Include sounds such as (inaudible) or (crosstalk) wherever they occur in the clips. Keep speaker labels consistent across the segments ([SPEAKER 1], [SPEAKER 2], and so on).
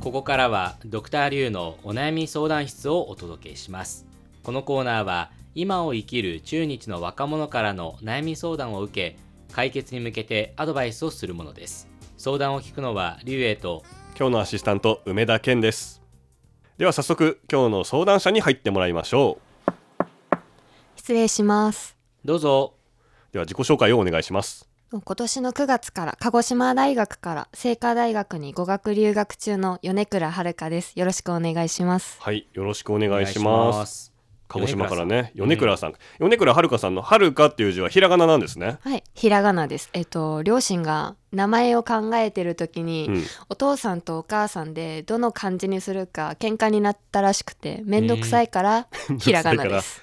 [SPEAKER 1] ここからはドクターリュウのお悩み相談室をお届けしますこのコーナーは今を生きる中日の若者からの悩み相談を受け解決に向けてアドバイスをするものです相談を聞くのはリュウエイと
[SPEAKER 2] 今日のアシスタント梅田健ですでは早速今日の相談者に入ってもらいましょ
[SPEAKER 3] 失礼します
[SPEAKER 1] どうぞ
[SPEAKER 2] うでは自己紹介をお願いします
[SPEAKER 3] 今年の9月から鹿児島大学から清華大学に語学留学中の米倉遥ですよろしくお願いします
[SPEAKER 2] はいよろしくお願いし
[SPEAKER 1] お願
[SPEAKER 2] ま
[SPEAKER 1] い
[SPEAKER 2] す
[SPEAKER 1] します
[SPEAKER 2] 鹿児島からね
[SPEAKER 1] 米
[SPEAKER 2] 米
[SPEAKER 1] 倉
[SPEAKER 2] 倉さん、米倉遥さんの遥かっていう字はひらがななんですね
[SPEAKER 3] はいひらがなですえっと両親が名前を考えてる時に、
[SPEAKER 2] うん
[SPEAKER 3] お父さんとお母さんでどの漢字にするか喧嘩になったらしくてめんどくさいから、
[SPEAKER 2] (laughs)
[SPEAKER 3] ひらがなです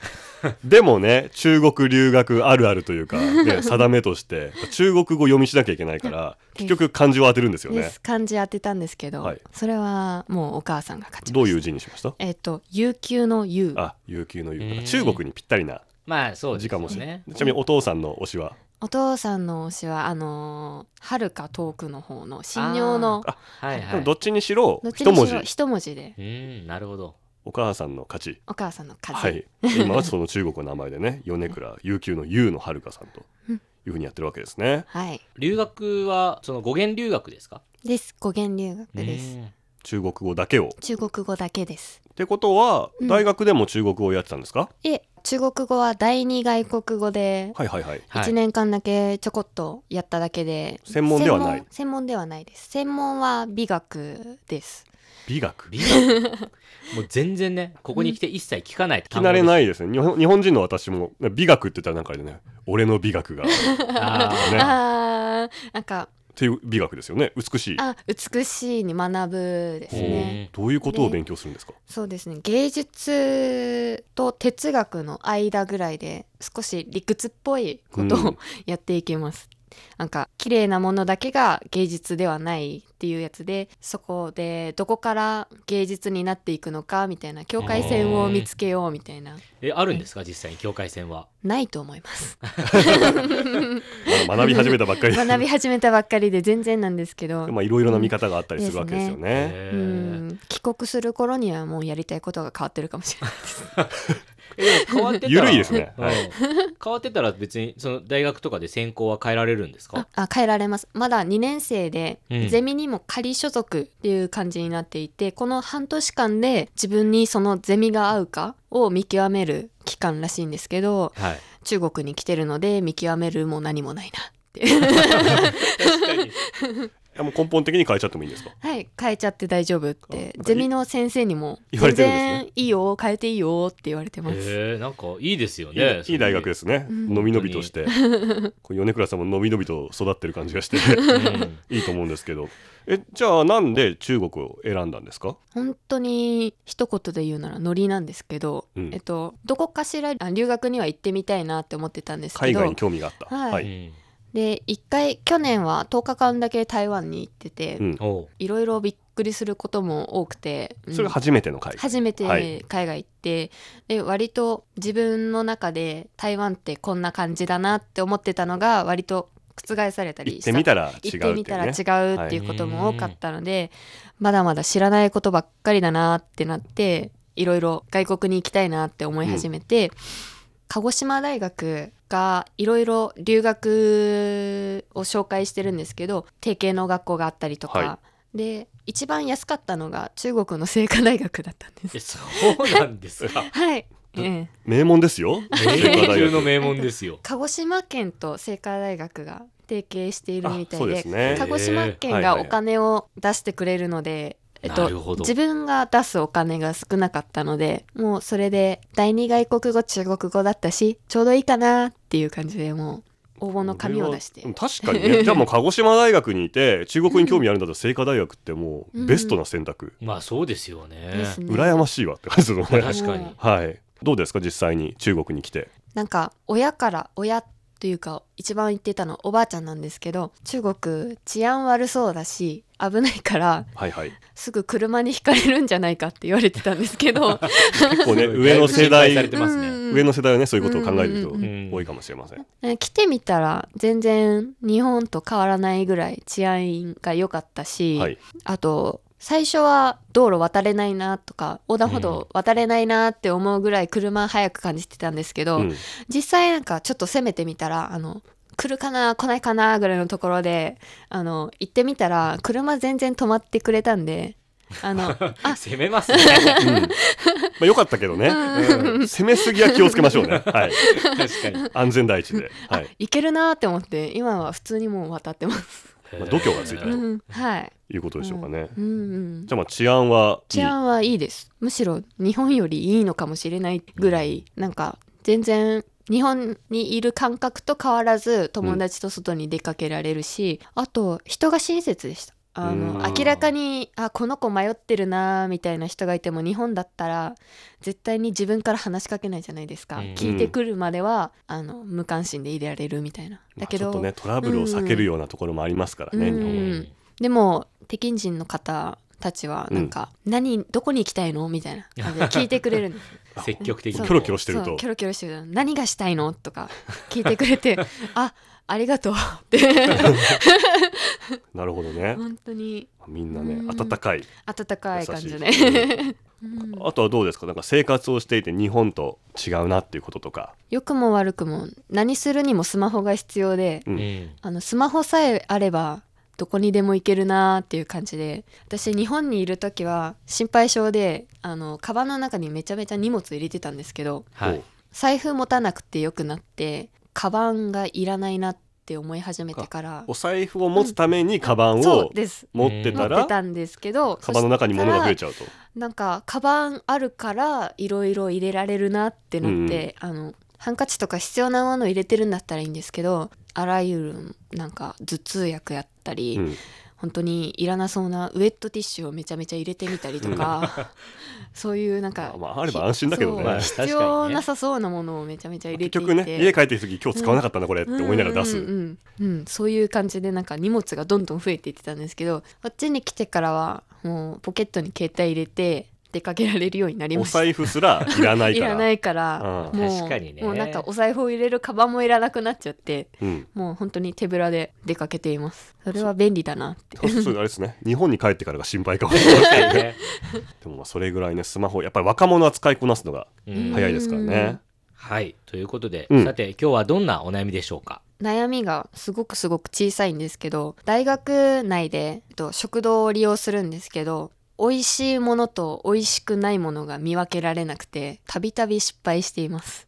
[SPEAKER 2] でもね中国留学あるあるというか、 (laughs) ね、定めとして中国語読みしなきゃいけない (laughs) から結局漢字を当てるんですよ
[SPEAKER 3] で
[SPEAKER 2] ね
[SPEAKER 3] す漢字当てたんですけど、
[SPEAKER 2] はい
[SPEAKER 3] それはもうお母さんが勝ちました
[SPEAKER 2] どういう字にしました
[SPEAKER 3] えっと悠久の悠
[SPEAKER 2] あ悠久の悠
[SPEAKER 1] へー
[SPEAKER 2] 中国にぴったりな
[SPEAKER 1] まあそうです
[SPEAKER 2] 字
[SPEAKER 1] よ
[SPEAKER 2] かもしれない
[SPEAKER 1] ね
[SPEAKER 2] ちなみにお父さんの推しは
[SPEAKER 3] お父さんの推しはあのー、はるか遠くの方の信用の
[SPEAKER 2] あ
[SPEAKER 1] はい
[SPEAKER 2] で
[SPEAKER 1] は
[SPEAKER 2] も
[SPEAKER 1] い
[SPEAKER 2] どっちにしろ
[SPEAKER 3] どっち
[SPEAKER 2] 一
[SPEAKER 3] に
[SPEAKER 2] 文
[SPEAKER 3] し
[SPEAKER 2] 字
[SPEAKER 3] ろ一文字で
[SPEAKER 1] うんなるほど
[SPEAKER 2] お母さんの勝ち
[SPEAKER 3] お母さんの数、
[SPEAKER 2] はい今はその中国の名前で
[SPEAKER 3] (laughs)
[SPEAKER 2] ね米倉悠久の悠の遥さんと
[SPEAKER 3] うん
[SPEAKER 2] いうふうにやってるわけですね
[SPEAKER 3] はい
[SPEAKER 1] 留学はその語源留学ですか
[SPEAKER 3] です語源留学です
[SPEAKER 1] うん
[SPEAKER 2] 中国語だけを
[SPEAKER 3] 中国語だけです
[SPEAKER 2] ってことは
[SPEAKER 3] うん
[SPEAKER 2] 大学でも中国語をやってたんですか、
[SPEAKER 3] いえ中国語は第二外国語で
[SPEAKER 2] はいはいはい
[SPEAKER 1] はい
[SPEAKER 3] 1年間だけちょこっとやっただけで、
[SPEAKER 2] 専門ではない
[SPEAKER 3] 専門専門ではないです専門は美学です
[SPEAKER 2] 美学 (laughs)
[SPEAKER 1] 美学もう全然ねここに来て一切聞かない
[SPEAKER 2] 聞き慣れないいですね日本日本人の私も美学って言ったらなんかあれだね俺の美学が
[SPEAKER 3] (laughs)
[SPEAKER 2] ね
[SPEAKER 1] あ
[SPEAKER 3] あーなんか
[SPEAKER 2] っていう美学ですよね美しい
[SPEAKER 3] あ美しいに学ぶですね
[SPEAKER 1] ね
[SPEAKER 2] どういうことを勉強するんですか、
[SPEAKER 3] そうですね芸術と哲学の間ぐらいで少し理屈っぽいことを、
[SPEAKER 2] うん
[SPEAKER 3] やっていきますなんか綺麗なものだけが芸術ではないっていうやつでそこでどこから芸術になっていくのかみたいな境界線を見つけようみたいな
[SPEAKER 1] えあるんですか実際に境界線は
[SPEAKER 3] ないと思います
[SPEAKER 2] (laughs) まあ学び始めたばっかりで
[SPEAKER 3] (laughs) 学び始めたばっかりで全然なんですけど、
[SPEAKER 2] (laughs) まあいろいろな見方があったりするわけですよね。
[SPEAKER 1] へ
[SPEAKER 3] う
[SPEAKER 1] ー
[SPEAKER 3] ん帰国する頃にはもうやりたいことが変わってるかもしれないです
[SPEAKER 1] えでも変わってたら
[SPEAKER 2] (laughs) 緩いですね
[SPEAKER 1] うん
[SPEAKER 2] はい
[SPEAKER 1] 変わってたら別にその大学とかで専攻は変えられるんです
[SPEAKER 3] あ
[SPEAKER 1] か
[SPEAKER 3] あ変えられますまだ2年生で、
[SPEAKER 1] うん
[SPEAKER 3] ゼミにも仮所属っていう感じになっていてこの半年間で自分にそのゼミが合うかを見極める期間らしいんですけど
[SPEAKER 1] はい
[SPEAKER 3] 中国に来てるので見極めるも何もないな
[SPEAKER 1] 確かに
[SPEAKER 2] いやもう根本的に変えちゃってもいいんですか。
[SPEAKER 3] はい変えちゃって大丈夫って
[SPEAKER 2] あなんかい
[SPEAKER 3] ゼミの先生にも
[SPEAKER 2] 言われてるんですね
[SPEAKER 3] 全然いいよ変えていいよって言われてます、
[SPEAKER 1] えーなんかいいですよ
[SPEAKER 2] いい
[SPEAKER 1] ね
[SPEAKER 2] いい大学ですすね。
[SPEAKER 3] うん
[SPEAKER 2] のびのびとして、こう米倉さんものびのびと育ってる感じがしていいと思うんですけど。えじゃあなんで中国を選んだんですか。
[SPEAKER 3] 本当に一言で言うならノリなんですけど、
[SPEAKER 2] うん
[SPEAKER 3] えっとどこかしらあ留学には行ってみたいなって思ってたんですけ
[SPEAKER 2] 海
[SPEAKER 3] ど
[SPEAKER 2] 外に興味があった。
[SPEAKER 3] はい
[SPEAKER 2] (laughs) はい。
[SPEAKER 3] で一回去年は10日間だけ台湾に行ってて、
[SPEAKER 2] うん
[SPEAKER 1] おう
[SPEAKER 3] いろいろびっくりすることも多くて、うん
[SPEAKER 2] それが初めての海外。
[SPEAKER 3] 初めて
[SPEAKER 2] はい
[SPEAKER 3] 海外行って、で割と自分の中で台湾ってこんな感じだなって思ってたのが割と覆された
[SPEAKER 2] 行
[SPEAKER 3] り
[SPEAKER 2] っ
[SPEAKER 3] した
[SPEAKER 2] てみたら違
[SPEAKER 3] 行
[SPEAKER 2] う
[SPEAKER 3] って
[SPEAKER 2] っ
[SPEAKER 3] み
[SPEAKER 2] てい
[SPEAKER 3] た
[SPEAKER 2] う
[SPEAKER 3] ら
[SPEAKER 2] ね。
[SPEAKER 3] 違うっていうことも多かったので、まだまだ知らないことばっかりだなってなっていろいろ外国に行きたいなって思い始めて、鹿児島大学がいろいろ留学を紹介してるんですけど提携の学校があったりとか、
[SPEAKER 2] は
[SPEAKER 3] で一番安かったのが中国の清華大学だったんです
[SPEAKER 1] え。そうなんです
[SPEAKER 2] (laughs)
[SPEAKER 1] か
[SPEAKER 3] はい、ええ、
[SPEAKER 2] 名門ですよ。
[SPEAKER 1] 研究の
[SPEAKER 2] 名
[SPEAKER 1] 名門ですよ
[SPEAKER 3] 鹿児島県と清華大学が提携しているみた
[SPEAKER 2] そ
[SPEAKER 3] いう
[SPEAKER 2] で
[SPEAKER 3] です
[SPEAKER 2] ね
[SPEAKER 3] 鹿。児島県
[SPEAKER 2] はいは
[SPEAKER 3] が
[SPEAKER 2] い
[SPEAKER 3] お金を出してくれるので、えっ
[SPEAKER 1] なるほ
[SPEAKER 3] と、
[SPEAKER 1] ど
[SPEAKER 3] 自分が出すお金が少なかったのでもうそれで第二外国語中国語だったしちょうどいいかなっていう感じでもう応募の紙を出して
[SPEAKER 2] うん確かに
[SPEAKER 3] (laughs)
[SPEAKER 2] ねじゃあもう鹿児島大学にいて中国に興味あるんだったら清華大学ってもうベストな選択、
[SPEAKER 1] まあそうですよね
[SPEAKER 3] ですね
[SPEAKER 2] 羨ましいわって感じですよね
[SPEAKER 1] 確かに
[SPEAKER 2] はい。どうですか実際に中国に来て。
[SPEAKER 3] なんか親から親というか一番言ってたのおばあちゃんなんですけど中国治安悪そうだし危ないから
[SPEAKER 2] はいはい。
[SPEAKER 3] すぐ車にひかれるんじゃないかって言われてたんですけど
[SPEAKER 2] 結
[SPEAKER 3] (laughs)
[SPEAKER 2] 構ね上
[SPEAKER 1] 上
[SPEAKER 2] の
[SPEAKER 1] の
[SPEAKER 2] 世
[SPEAKER 1] 世
[SPEAKER 2] 代
[SPEAKER 1] 代
[SPEAKER 2] 上
[SPEAKER 1] ますね
[SPEAKER 3] うん
[SPEAKER 2] の世代はねそういうことを考える
[SPEAKER 1] う
[SPEAKER 3] うんうん
[SPEAKER 1] ん
[SPEAKER 2] 人多いかもしれません。
[SPEAKER 3] えー来てみたら全然日本と変わらないぐらい治安が良かったし、
[SPEAKER 2] はい。
[SPEAKER 3] あと最初は道路渡れないなとか横断歩道渡れないなって思うぐらい車速く感じてたんですけど、
[SPEAKER 2] うん
[SPEAKER 3] (laughs) 実際なんかちょっと攻めてみたらあの来るかな来ないかなぐらいのところであの行ってみたら車全然止まってくれたんであの
[SPEAKER 2] (laughs)
[SPEAKER 3] あ
[SPEAKER 1] 攻め
[SPEAKER 3] (laughs)
[SPEAKER 1] ますね
[SPEAKER 2] うんまあ、よかったけどね、うん攻めすぎは気をつけましょうね、はい、
[SPEAKER 1] 確
[SPEAKER 2] (laughs)
[SPEAKER 1] かに、
[SPEAKER 2] 安全第一で、
[SPEAKER 3] あ、
[SPEAKER 2] はい
[SPEAKER 3] 行けるなって思って今は普通にもう渡ってます。
[SPEAKER 2] まあ度胸がついた
[SPEAKER 1] へ
[SPEAKER 2] と
[SPEAKER 1] ー
[SPEAKER 3] うんはい、
[SPEAKER 2] いうことでしょうかね。
[SPEAKER 3] うんうん
[SPEAKER 2] じゃあまあ治安はいい
[SPEAKER 3] 治安はいいですむしろ日本よりいいのかもしれないぐらいなんか全然日本にいる感覚と変わらず友達と外に出かけられるし、あと人が親切でしたあ
[SPEAKER 2] う
[SPEAKER 1] ん
[SPEAKER 3] の明らかにあこの子迷ってるなーみたいな人がいても日本だったら絶対に自分から話しかけないじゃないですか、
[SPEAKER 1] うん
[SPEAKER 3] 聞いてくるまではあの無関心でいられるみたいな
[SPEAKER 2] ま
[SPEAKER 3] だ
[SPEAKER 2] あ
[SPEAKER 3] け
[SPEAKER 2] ち
[SPEAKER 3] ど、
[SPEAKER 2] ょっとねトラブルを避けるようなところもありますからね、
[SPEAKER 3] うん
[SPEAKER 2] 日本は
[SPEAKER 3] うんでも北京人の方たちはなんか、何どこに行きたいのみたいな感じで聞いてく
[SPEAKER 2] (laughs)
[SPEAKER 3] れるんです
[SPEAKER 1] 積極的に
[SPEAKER 2] キョロキョロしてる
[SPEAKER 3] そう
[SPEAKER 2] と
[SPEAKER 3] キョロキョロしてると何がしたいのとか聞いてく
[SPEAKER 2] (laughs)
[SPEAKER 3] れてあありがとうって
[SPEAKER 2] なるほどね、
[SPEAKER 3] 本当に
[SPEAKER 2] みんなね
[SPEAKER 3] うん
[SPEAKER 2] 温かい、
[SPEAKER 3] 温かい感じで
[SPEAKER 2] 優しい
[SPEAKER 3] うん
[SPEAKER 2] あとはどうですかなんか生活をしていて日本と違うなっていうこととか、
[SPEAKER 3] 良くも悪くも何するにもスマホが必要で
[SPEAKER 2] うん
[SPEAKER 1] うん
[SPEAKER 3] あのスマホさえあればどこにでも行けるなーっていう感じで私日本にいる時は心配性であのカバンの中にめちゃめちゃ荷物入れてたんですけど
[SPEAKER 1] はい
[SPEAKER 3] 財布持たなくてよくなってカバンがいらないなって思い始めてから
[SPEAKER 2] おお財布を持つためにカバン
[SPEAKER 3] そう
[SPEAKER 2] を
[SPEAKER 3] です
[SPEAKER 2] 持って
[SPEAKER 3] 持
[SPEAKER 2] た
[SPEAKER 3] って
[SPEAKER 2] ら、
[SPEAKER 3] たんですけど
[SPEAKER 2] カバンの中に物が増え
[SPEAKER 3] ちゃ
[SPEAKER 2] ちゃうと
[SPEAKER 3] うなんかカバンあるからいろいろ入れられるなってなって、あのハンカチとか必要なもの入れてるんだったらいいんですけどあらゆるなんか頭痛薬やったり、
[SPEAKER 2] うん
[SPEAKER 3] 本当にいらなそうなウェットティッシュをめちゃめちゃ入れてみたりとか、そういうなんか、
[SPEAKER 2] まあまああれば安心だけどね
[SPEAKER 3] そう
[SPEAKER 2] まあ
[SPEAKER 1] 確かに
[SPEAKER 3] 必
[SPEAKER 1] ね
[SPEAKER 3] 要なさそうなものをめちゃめちゃ入れてい
[SPEAKER 2] 結
[SPEAKER 3] て
[SPEAKER 2] 局ね家帰ってきた時今日使わなかったなこれって思いながら出す、
[SPEAKER 3] うんうんうんうんそういう感じでなんか荷物がどんどん増えていってたんですけどこっちに来てからはもうポケットに携帯入れて出かけられるようになり
[SPEAKER 2] お
[SPEAKER 3] ました
[SPEAKER 2] 財布すらいらない
[SPEAKER 3] い
[SPEAKER 2] から
[SPEAKER 3] らないから、
[SPEAKER 2] うん
[SPEAKER 3] もう
[SPEAKER 1] 確かにね
[SPEAKER 3] もうなんかお財布を入れるカバンもいらなくなっちゃって
[SPEAKER 2] うん
[SPEAKER 3] もう本当に手ぶらで出かけていますそれは便利だなって
[SPEAKER 2] そうそうあれですね日本に帰ってからが心配かも
[SPEAKER 1] ね
[SPEAKER 2] でもまあそれぐらいねスマホやっぱり若者は使いこなすのが
[SPEAKER 1] うん
[SPEAKER 2] 早いですからね、
[SPEAKER 1] はいということで、
[SPEAKER 2] うん
[SPEAKER 1] さて今日はどんなお悩みでしょうか
[SPEAKER 3] 悩みがすごくすごく小さいんですけど大学内でえっと食堂を利用するんですけど美味しいものと美味しくないものが見分けられなくてたびたび失敗しています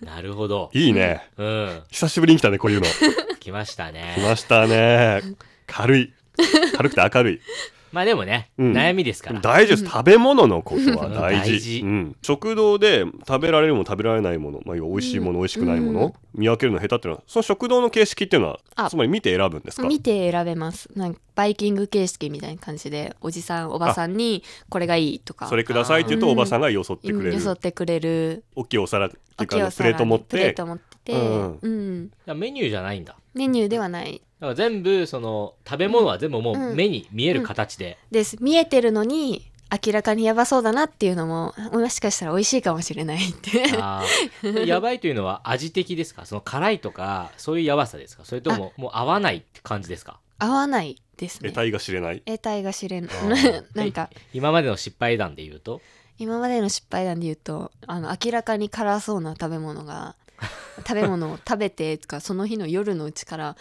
[SPEAKER 1] なるほど
[SPEAKER 2] いいね
[SPEAKER 1] うん
[SPEAKER 2] 久しぶりに来たねこういうの
[SPEAKER 1] 来ました
[SPEAKER 2] 来
[SPEAKER 1] ね
[SPEAKER 2] ましたね軽い軽くて明るい
[SPEAKER 1] まあでもね、
[SPEAKER 2] うん
[SPEAKER 1] 悩みですから
[SPEAKER 2] 大事です食べ物のことは大事
[SPEAKER 1] 大事
[SPEAKER 2] うん、食堂で食べられるもの食べられないもの、まあ、要は美味しいもの、美味しくないもの、見分けるの下手っていうのはその食堂の形式っていうのは
[SPEAKER 3] あ
[SPEAKER 2] つまり見て選ぶんですか
[SPEAKER 3] 見て選べますなんかバイキング形式みたいな感じでおじさんおばさんにこれがいいとか
[SPEAKER 2] それくださいって言うと
[SPEAKER 3] うん
[SPEAKER 2] おばさんがよそってく
[SPEAKER 3] うん
[SPEAKER 2] れ
[SPEAKER 3] よ
[SPEAKER 2] る、
[SPEAKER 3] そってくれる
[SPEAKER 2] 大きいお皿っていうかあ
[SPEAKER 3] お
[SPEAKER 2] のプレート持っ
[SPEAKER 3] プレー
[SPEAKER 2] て
[SPEAKER 3] ト持ってて、
[SPEAKER 2] うん
[SPEAKER 3] うん
[SPEAKER 1] メニューじゃないんだだ
[SPEAKER 3] メニューではない
[SPEAKER 1] から全部その食べ物は全部も
[SPEAKER 3] う
[SPEAKER 1] うん目に見える形で、
[SPEAKER 3] です見えてるのに明らかにやばそうだなっていうのももしかしたら美味しいかもしれないって
[SPEAKER 1] あーやばいというのは味的ですかその辛いとかそういうやばさですかそれとももう合わないって感じですか
[SPEAKER 3] (laughs) 合わないですね
[SPEAKER 2] 得体が知れない
[SPEAKER 3] 得体が知れない (laughs) (laughs) なんか
[SPEAKER 1] え今までの失敗談で言うと
[SPEAKER 3] 今までの失敗談で言うとあの明らかに辛そうな食べ物 (laughs) が食べ物を食べてとかその日の夜のうちから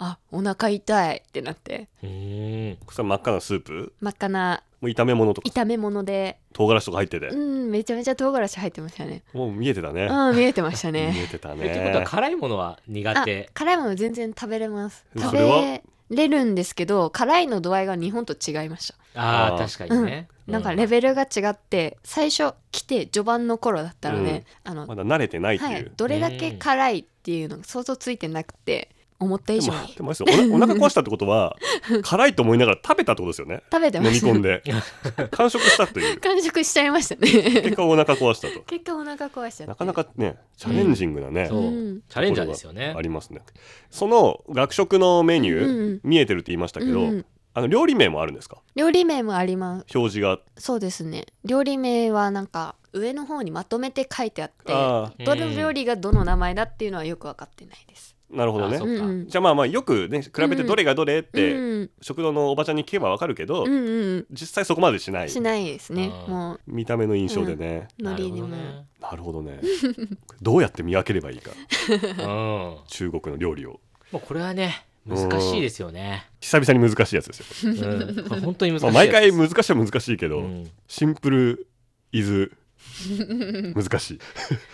[SPEAKER 3] あお腹痛いってなって
[SPEAKER 1] うーん
[SPEAKER 2] それ真っ赤なスープ
[SPEAKER 3] 真っ赤な
[SPEAKER 2] もう炒め物とか
[SPEAKER 3] 炒め物で
[SPEAKER 2] 唐辛子とか入ってて
[SPEAKER 3] う、んめちゃめちゃ唐辛子入ってましたね
[SPEAKER 2] もう見えてたね、
[SPEAKER 3] うん見えてました
[SPEAKER 2] 見
[SPEAKER 3] ね (laughs)
[SPEAKER 2] えてた
[SPEAKER 1] えってことは
[SPEAKER 2] ね
[SPEAKER 1] 辛いものは苦
[SPEAKER 3] あ
[SPEAKER 1] 手
[SPEAKER 3] 辛いもの全然食べれます
[SPEAKER 2] うん
[SPEAKER 3] 食
[SPEAKER 2] それは
[SPEAKER 3] べれるんですけど辛いの度合いが日本と違いました
[SPEAKER 1] ああ
[SPEAKER 2] あー
[SPEAKER 1] 確かにね、
[SPEAKER 3] なんかレ
[SPEAKER 1] ベ
[SPEAKER 3] ベルが違って最初来て序盤の頃だったので、あの
[SPEAKER 2] まだ慣れてないっていう、
[SPEAKER 3] はい、どれだけ辛いっていうのが想像ついてなくて思った以
[SPEAKER 2] で
[SPEAKER 3] 上
[SPEAKER 2] も
[SPEAKER 3] に
[SPEAKER 2] でもあれですよおなお腹壊したってことは辛いと思いながら食べたってことですよね
[SPEAKER 3] 食べて
[SPEAKER 2] 飲
[SPEAKER 3] ま
[SPEAKER 2] み
[SPEAKER 3] した
[SPEAKER 2] 込んで完食したという
[SPEAKER 3] 完食しちゃいましたね
[SPEAKER 2] 結果お腹壊した
[SPEAKER 3] (laughs)
[SPEAKER 2] と
[SPEAKER 3] 結果お腹壊しちゃって
[SPEAKER 2] なかなかねチャレンジングなね、
[SPEAKER 1] そう、
[SPEAKER 3] うん
[SPEAKER 1] チャレンジャーですよね
[SPEAKER 2] ありますねその学食のメニュー、
[SPEAKER 3] うんうん
[SPEAKER 2] 見えてるって言いましたけど、
[SPEAKER 3] うんうん
[SPEAKER 2] あの料理名もあるんですか
[SPEAKER 3] 料理名もあります
[SPEAKER 2] 表示が
[SPEAKER 3] そうですね料理名はなんか上の方にまとめて書いてあって
[SPEAKER 2] あ
[SPEAKER 1] ー
[SPEAKER 3] どの料理がどの名前だっていうのはよく分かってないです。
[SPEAKER 2] なるほど
[SPEAKER 1] あ
[SPEAKER 2] ね
[SPEAKER 1] そっか
[SPEAKER 3] うんうん
[SPEAKER 2] じゃあまあまあよくね比べてどれがどれっ
[SPEAKER 3] う
[SPEAKER 2] て
[SPEAKER 3] ん
[SPEAKER 2] 食堂のおばちゃんに聞けばわかるけど、
[SPEAKER 3] うんうん
[SPEAKER 2] 実際そこまでしな
[SPEAKER 3] うん、
[SPEAKER 2] い
[SPEAKER 3] しないですね
[SPEAKER 1] あー
[SPEAKER 3] もう
[SPEAKER 2] 見た目の印象でね、
[SPEAKER 3] 海苔にも、
[SPEAKER 2] なるほどねどうやって見分ければいいか
[SPEAKER 1] なるほどねうんも
[SPEAKER 2] 中国の料理を
[SPEAKER 1] うこれはね難しいですよね、
[SPEAKER 2] 久々に難しいやつですよ、
[SPEAKER 1] うん、これ本当に難しい
[SPEAKER 2] まあ、
[SPEAKER 1] やつ
[SPEAKER 2] 毎回難しいは難しいけど、
[SPEAKER 1] うん
[SPEAKER 2] シンプルイズ難しい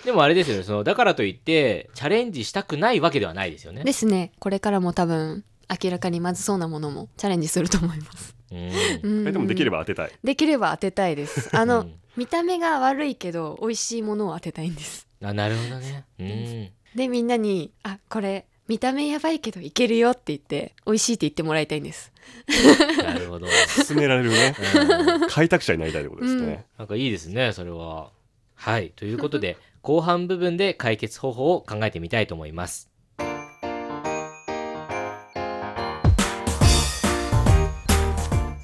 [SPEAKER 1] でもあれですよねそのだからといってチャレンジしたくないわけではないですよね
[SPEAKER 3] ですねこれからも多分明らかにまずそうなものもチャレンジすると思います。
[SPEAKER 1] うん
[SPEAKER 3] うんうん
[SPEAKER 2] えでもできれば当てたい
[SPEAKER 3] できれば当てた
[SPEAKER 2] (laughs)
[SPEAKER 3] いです。あの、
[SPEAKER 1] うん
[SPEAKER 3] 見た目が悪いけど美味しいものを当てたいんです。
[SPEAKER 1] あなるほどねうん
[SPEAKER 3] でみんなに「あこれ見た目やばいけどいけるよ」って言って美味しいって言ってもらいたいんです。
[SPEAKER 1] なるほど、
[SPEAKER 2] 進められるね
[SPEAKER 1] うん
[SPEAKER 2] 開拓者になりたいってことですね、
[SPEAKER 1] なんかいいですねそれははいということで後半部分で解決方法を考えてみたいと思います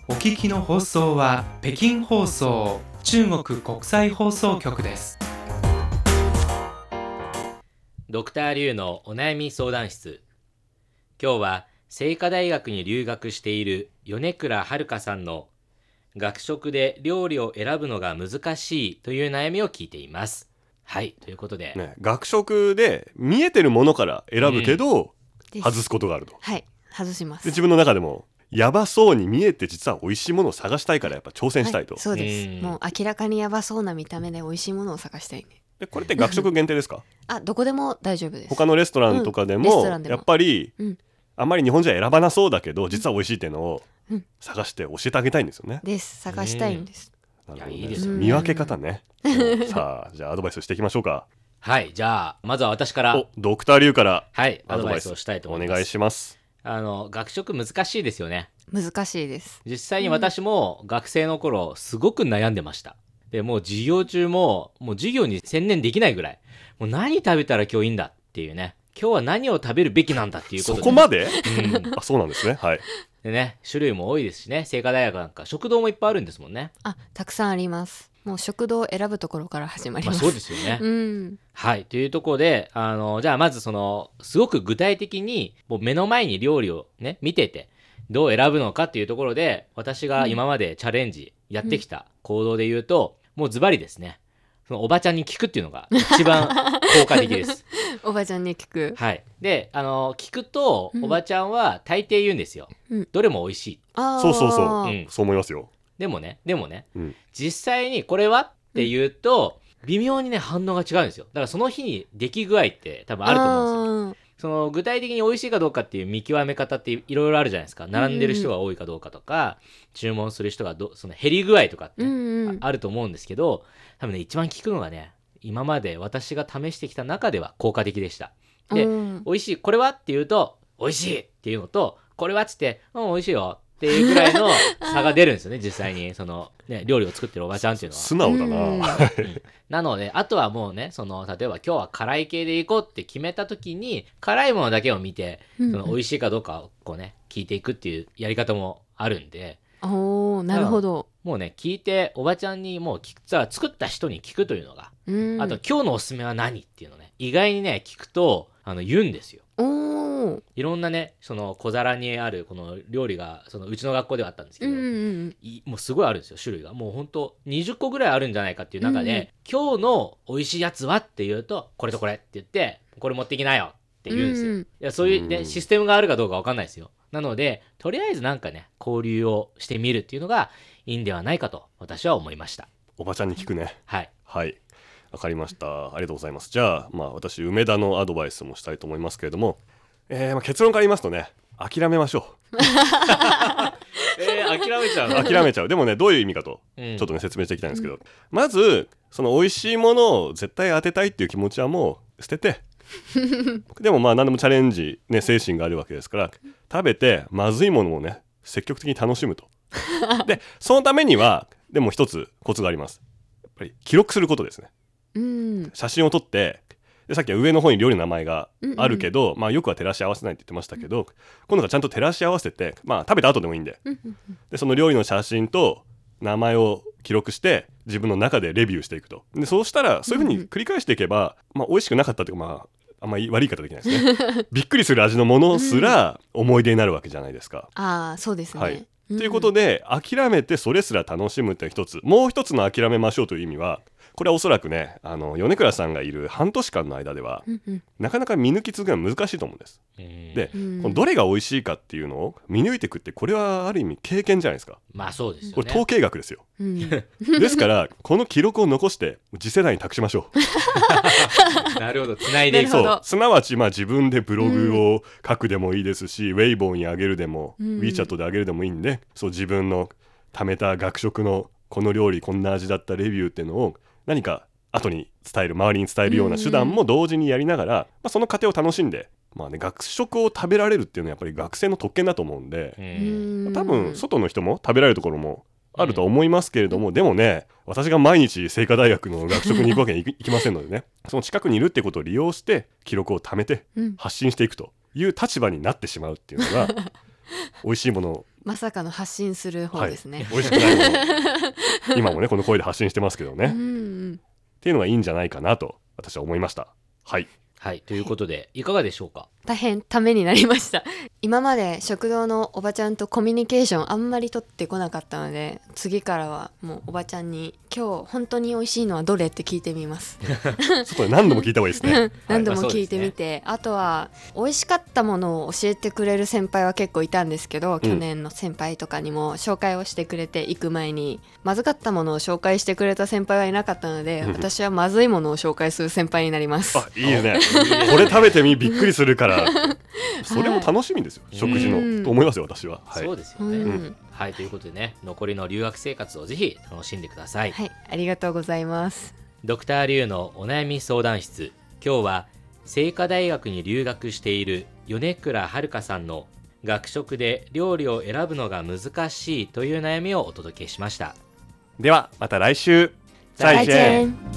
[SPEAKER 4] お聞きの放送は北京放送中国国際放送局です。
[SPEAKER 1] ドクターリュウのお悩み相談室今日は清華大学に留学している米倉遥さんの学食で料理を選ぶのが難しいという悩みを聞いていますはいということで、
[SPEAKER 2] ね学食で見えてるものから選ぶけど、
[SPEAKER 3] です
[SPEAKER 2] 外すことがあると
[SPEAKER 3] はい外しま。
[SPEAKER 2] です自分の中でもやばそうに見えて実は美味しいものを探したいからやっぱ挑戦したいと、
[SPEAKER 3] はいそうです、
[SPEAKER 1] うん
[SPEAKER 3] もう明らかにやばそうな見た目で美味しいものを探したいね
[SPEAKER 2] でこれって学食限定です
[SPEAKER 3] (laughs)
[SPEAKER 2] か
[SPEAKER 3] あどこでも大丈夫です
[SPEAKER 2] 他のレストランとかで
[SPEAKER 3] うんレス
[SPEAKER 2] も,、
[SPEAKER 3] トランでも
[SPEAKER 2] やっぱり、
[SPEAKER 3] うん
[SPEAKER 2] あんまり日本人は選ばなそうだけど実は美味しいっていうのを
[SPEAKER 3] うん
[SPEAKER 2] 探して教えてあげたいんですよね。
[SPEAKER 3] です探したいんです、
[SPEAKER 2] なるほどね
[SPEAKER 1] いやいいです
[SPEAKER 3] よね
[SPEAKER 2] 見分け方ね。さあじゃあアドバイスしていきましょうか。
[SPEAKER 1] はいじゃあまずは私から
[SPEAKER 2] おドクターリュウから
[SPEAKER 1] はいア
[SPEAKER 2] ア
[SPEAKER 1] ド
[SPEAKER 2] ド
[SPEAKER 1] バ
[SPEAKER 2] バ
[SPEAKER 1] イ
[SPEAKER 2] イ
[SPEAKER 1] ス
[SPEAKER 2] ス
[SPEAKER 1] をしたいと
[SPEAKER 2] お
[SPEAKER 1] 思います
[SPEAKER 2] 願いします。
[SPEAKER 1] あの学食難しいですよね
[SPEAKER 3] 難しいです
[SPEAKER 1] 実際に私も学生の頃すごく悩んでましたでもう授業中ももう授業に専念できないぐらいもう何食べたら今日いいんだっていうね今日は何を食べるべきなんだっていうこ
[SPEAKER 2] そ
[SPEAKER 1] とで
[SPEAKER 2] こまで
[SPEAKER 1] うん
[SPEAKER 2] あそうなんですね。はい。
[SPEAKER 1] でね種類も多いですしね清華大学なんか食堂もいっぱいあるんですもんね
[SPEAKER 3] あたくさんありますもう食堂を選ぶところから始まり
[SPEAKER 1] まあ
[SPEAKER 3] ます、
[SPEAKER 1] そうですよね、
[SPEAKER 3] うん
[SPEAKER 1] はいというところであのじゃあまずそのすごく具体的にもう目の前に料理をね見ててどう選ぶのかっていうところで私が今までチャレンジやってきた行動で言うと、もうズバリですねそのおばちゃんに聞くっていうのが一番効果的
[SPEAKER 3] (laughs)
[SPEAKER 1] です。
[SPEAKER 3] おばちゃんに聞く
[SPEAKER 1] はい、であの聞くと
[SPEAKER 3] うん
[SPEAKER 1] おばちゃんは大抵言うんですよ、
[SPEAKER 3] うん
[SPEAKER 1] どれも美味しい。
[SPEAKER 3] あー
[SPEAKER 2] そうそうそう。
[SPEAKER 1] うん
[SPEAKER 2] そう思いますよ。
[SPEAKER 1] でもねでもね、
[SPEAKER 2] うん
[SPEAKER 1] 実際にこれはって言うと微妙にね反応が違うんですよだからその日に出来具合って多分あると思うんですよ。
[SPEAKER 3] うんです
[SPEAKER 1] その具体的に美味しいかどうかっていう見極め方っていろいろあるじゃないですか並んでる人が多いかどうかとか、注文する人がどその減り具合とかって、
[SPEAKER 3] うんうん
[SPEAKER 1] ああると思うんですけど多分ね一番効くのがね今まで私が試してきた中では効果的でしたで
[SPEAKER 3] うん
[SPEAKER 1] 美味しいこれはって言うと美味しいっていうのとこれはっつってうん美味しいよっていうぐらいの (laughs) 差が出るんですよね実際にその、ね、料理を作ってるおばちゃんっていうのは
[SPEAKER 2] 素直だ
[SPEAKER 3] うん
[SPEAKER 2] な。
[SPEAKER 1] なので、あとはもうね、その、例えば今日は辛い系で行こうって決めた時に、辛いものだけを見て、そ
[SPEAKER 3] うん
[SPEAKER 1] の美味しいかどうかをこうね、聞いていくっていうやり方もあるんで、
[SPEAKER 3] おおなるほど、
[SPEAKER 1] もうね、聞いて、おばちゃんにもう聞く、さ作った人に聞くというのが、
[SPEAKER 3] うん、
[SPEAKER 1] あと今日のおすすめは何っていうのね、意外にね、聞くと、あの、言うんですよ。
[SPEAKER 3] おお
[SPEAKER 1] いろんなね、その小皿にあるこの料理が、そのうちの学校ではあったんですけ
[SPEAKER 3] う
[SPEAKER 1] ど、
[SPEAKER 3] んうん
[SPEAKER 1] いもうすごいあるんですよ種類がもうほんと20個ぐらいあるんじゃないかっていう中
[SPEAKER 3] うん
[SPEAKER 1] で、今日の美味しいやつはっていうとこれとこれって言ってこれ持ってきなよって言うんですよ、
[SPEAKER 3] うん
[SPEAKER 1] いやそういうね、
[SPEAKER 2] うん
[SPEAKER 1] システムがあるかどうかわかんないですよなのでとりあえずなんかね交流をしてみるっていうのがいいんではないかと私は思いました
[SPEAKER 2] おばちゃんに聞くね。
[SPEAKER 1] はい
[SPEAKER 2] はい。わかりました。ありがとうございます。じゃあ、まあ、私、梅田のアドバイスもしたいと思いますけれども、えーまあ、結論から言いますとね、諦めましょ
[SPEAKER 1] えー、諦めちゃ
[SPEAKER 2] う。諦めちゃう。でもね、どういう意味かと、
[SPEAKER 1] うん、
[SPEAKER 2] ちょっとね、説明していきたいんですけど、まず、その美味しいものを絶対当てたいっていう気持ちはもう捨
[SPEAKER 1] (laughs)
[SPEAKER 2] てて、でもまあ、何でもチャレンジ、ね、精神があるわけですから、食べて、まずいものをね、積極的に楽しむと。で、そのためには、でも一つコツがあります。やっぱり、記録することですね。
[SPEAKER 3] うん
[SPEAKER 2] 写真を撮ってでさっきは上の方に料理の名前があるけど、まあ、よくは照らし合わせないって言ってましたけど、今度はちゃんと照らし合わせて、まあ、食べた後でもいいんで
[SPEAKER 3] うんうん
[SPEAKER 2] でその料理の写真と名前を記録して自分の中でレビューしていくとでそうしたらそういうふうに繰り返していけば、まあ、美味しくなかったというかまああんまり悪い言い方できないですねびっくりする味のものすら思い出になるわけじゃないですか。
[SPEAKER 3] ああそうですね。
[SPEAKER 2] はい
[SPEAKER 3] ん
[SPEAKER 2] ということで諦めてそれすら楽しむって一つもう一つの諦めましょうという意味はこれはおそらくねあの米倉さんがいる半年間の間では
[SPEAKER 3] うんうん
[SPEAKER 2] なかなか見抜き続けるのは難しいと思うんです。
[SPEAKER 1] うん
[SPEAKER 2] で、
[SPEAKER 3] うん
[SPEAKER 2] このどれが美味しいかっていうのを見抜いていくってこれはある意味経験じゃないですか
[SPEAKER 1] まあそうですよ
[SPEAKER 2] これ
[SPEAKER 1] ね。
[SPEAKER 2] 統計学ですよ。
[SPEAKER 3] うん (laughs)
[SPEAKER 2] ですからこの記録を残して次世代に託しましょう。
[SPEAKER 1] なるほど、繋いでいく
[SPEAKER 3] なるほ
[SPEAKER 1] と。
[SPEAKER 3] ど
[SPEAKER 2] そうすなわちまあ自分でブログを書くでもいいですし、ウェイボーにあげるでも、
[SPEAKER 3] うん
[SPEAKER 2] WeChat であげるでもいいんでそう自分の貯めた学食のこの料理こんな味だったレビューっていうのを何か後に伝える周りに伝えるような手段も同時にやりながら、まあ、その過程を楽しんで、まあね、学食を食べられるっていうのはやっぱり学生の特権だと思うんで、
[SPEAKER 1] う
[SPEAKER 3] うんん
[SPEAKER 2] 多分外の人も食べられるところもあるとは思いますけれども、でもね私が毎日清華大学の学食に行くわ (laughs) けにいきいきませんのでねその近くにいるってことを利用して記録を貯めて
[SPEAKER 3] うん
[SPEAKER 2] 発信していくという立場になってしまうっていうの
[SPEAKER 1] (laughs)
[SPEAKER 2] が美味しいものを
[SPEAKER 3] まさかの発信する方ですね。
[SPEAKER 2] 美味しくないも
[SPEAKER 1] (laughs)
[SPEAKER 2] のを今もねこの声で発信してますけどね、
[SPEAKER 3] う
[SPEAKER 2] っ
[SPEAKER 3] んうん
[SPEAKER 2] ていうのがいいんじゃないかなと私は思いましたはい
[SPEAKER 1] はい、ということで、いかがでしょうか
[SPEAKER 3] 大変ためになりました今まで食堂のおばちゃんとコミュニケーションあんまり取ってこなかったので次からはもうおばちゃんに「今日本当に美味しいのはどれ?」って聞いてみます
[SPEAKER 2] 外で何度も聞いた方がいいですね
[SPEAKER 3] 何度も聞いてみて、あとは美味しかったものを教えてくれる先輩は結構いたんですけど、去年の先輩とかにも紹介をしてくれて行く前にまずかったものを紹介してくれた先輩はいなかったので
[SPEAKER 2] うん
[SPEAKER 3] 私はまずいものを紹介する先輩になります
[SPEAKER 2] あいいですねこれ食べてみびっくりするからそれも楽しみですよ、
[SPEAKER 1] はい
[SPEAKER 2] 食事のと思いますよ私は、はい
[SPEAKER 1] そうですよ
[SPEAKER 3] う
[SPEAKER 1] ね。
[SPEAKER 3] ん、
[SPEAKER 1] はい、ということでね、残りの留学生活をぜひ楽しんでください。
[SPEAKER 3] はいありがとうございます
[SPEAKER 1] ドクターリュウのお悩み相談室今日は清華大学に留学している米倉遥さんの学食で料理を選ぶのが難しいという悩みをお届けしました
[SPEAKER 2] ではまた来週
[SPEAKER 3] 再见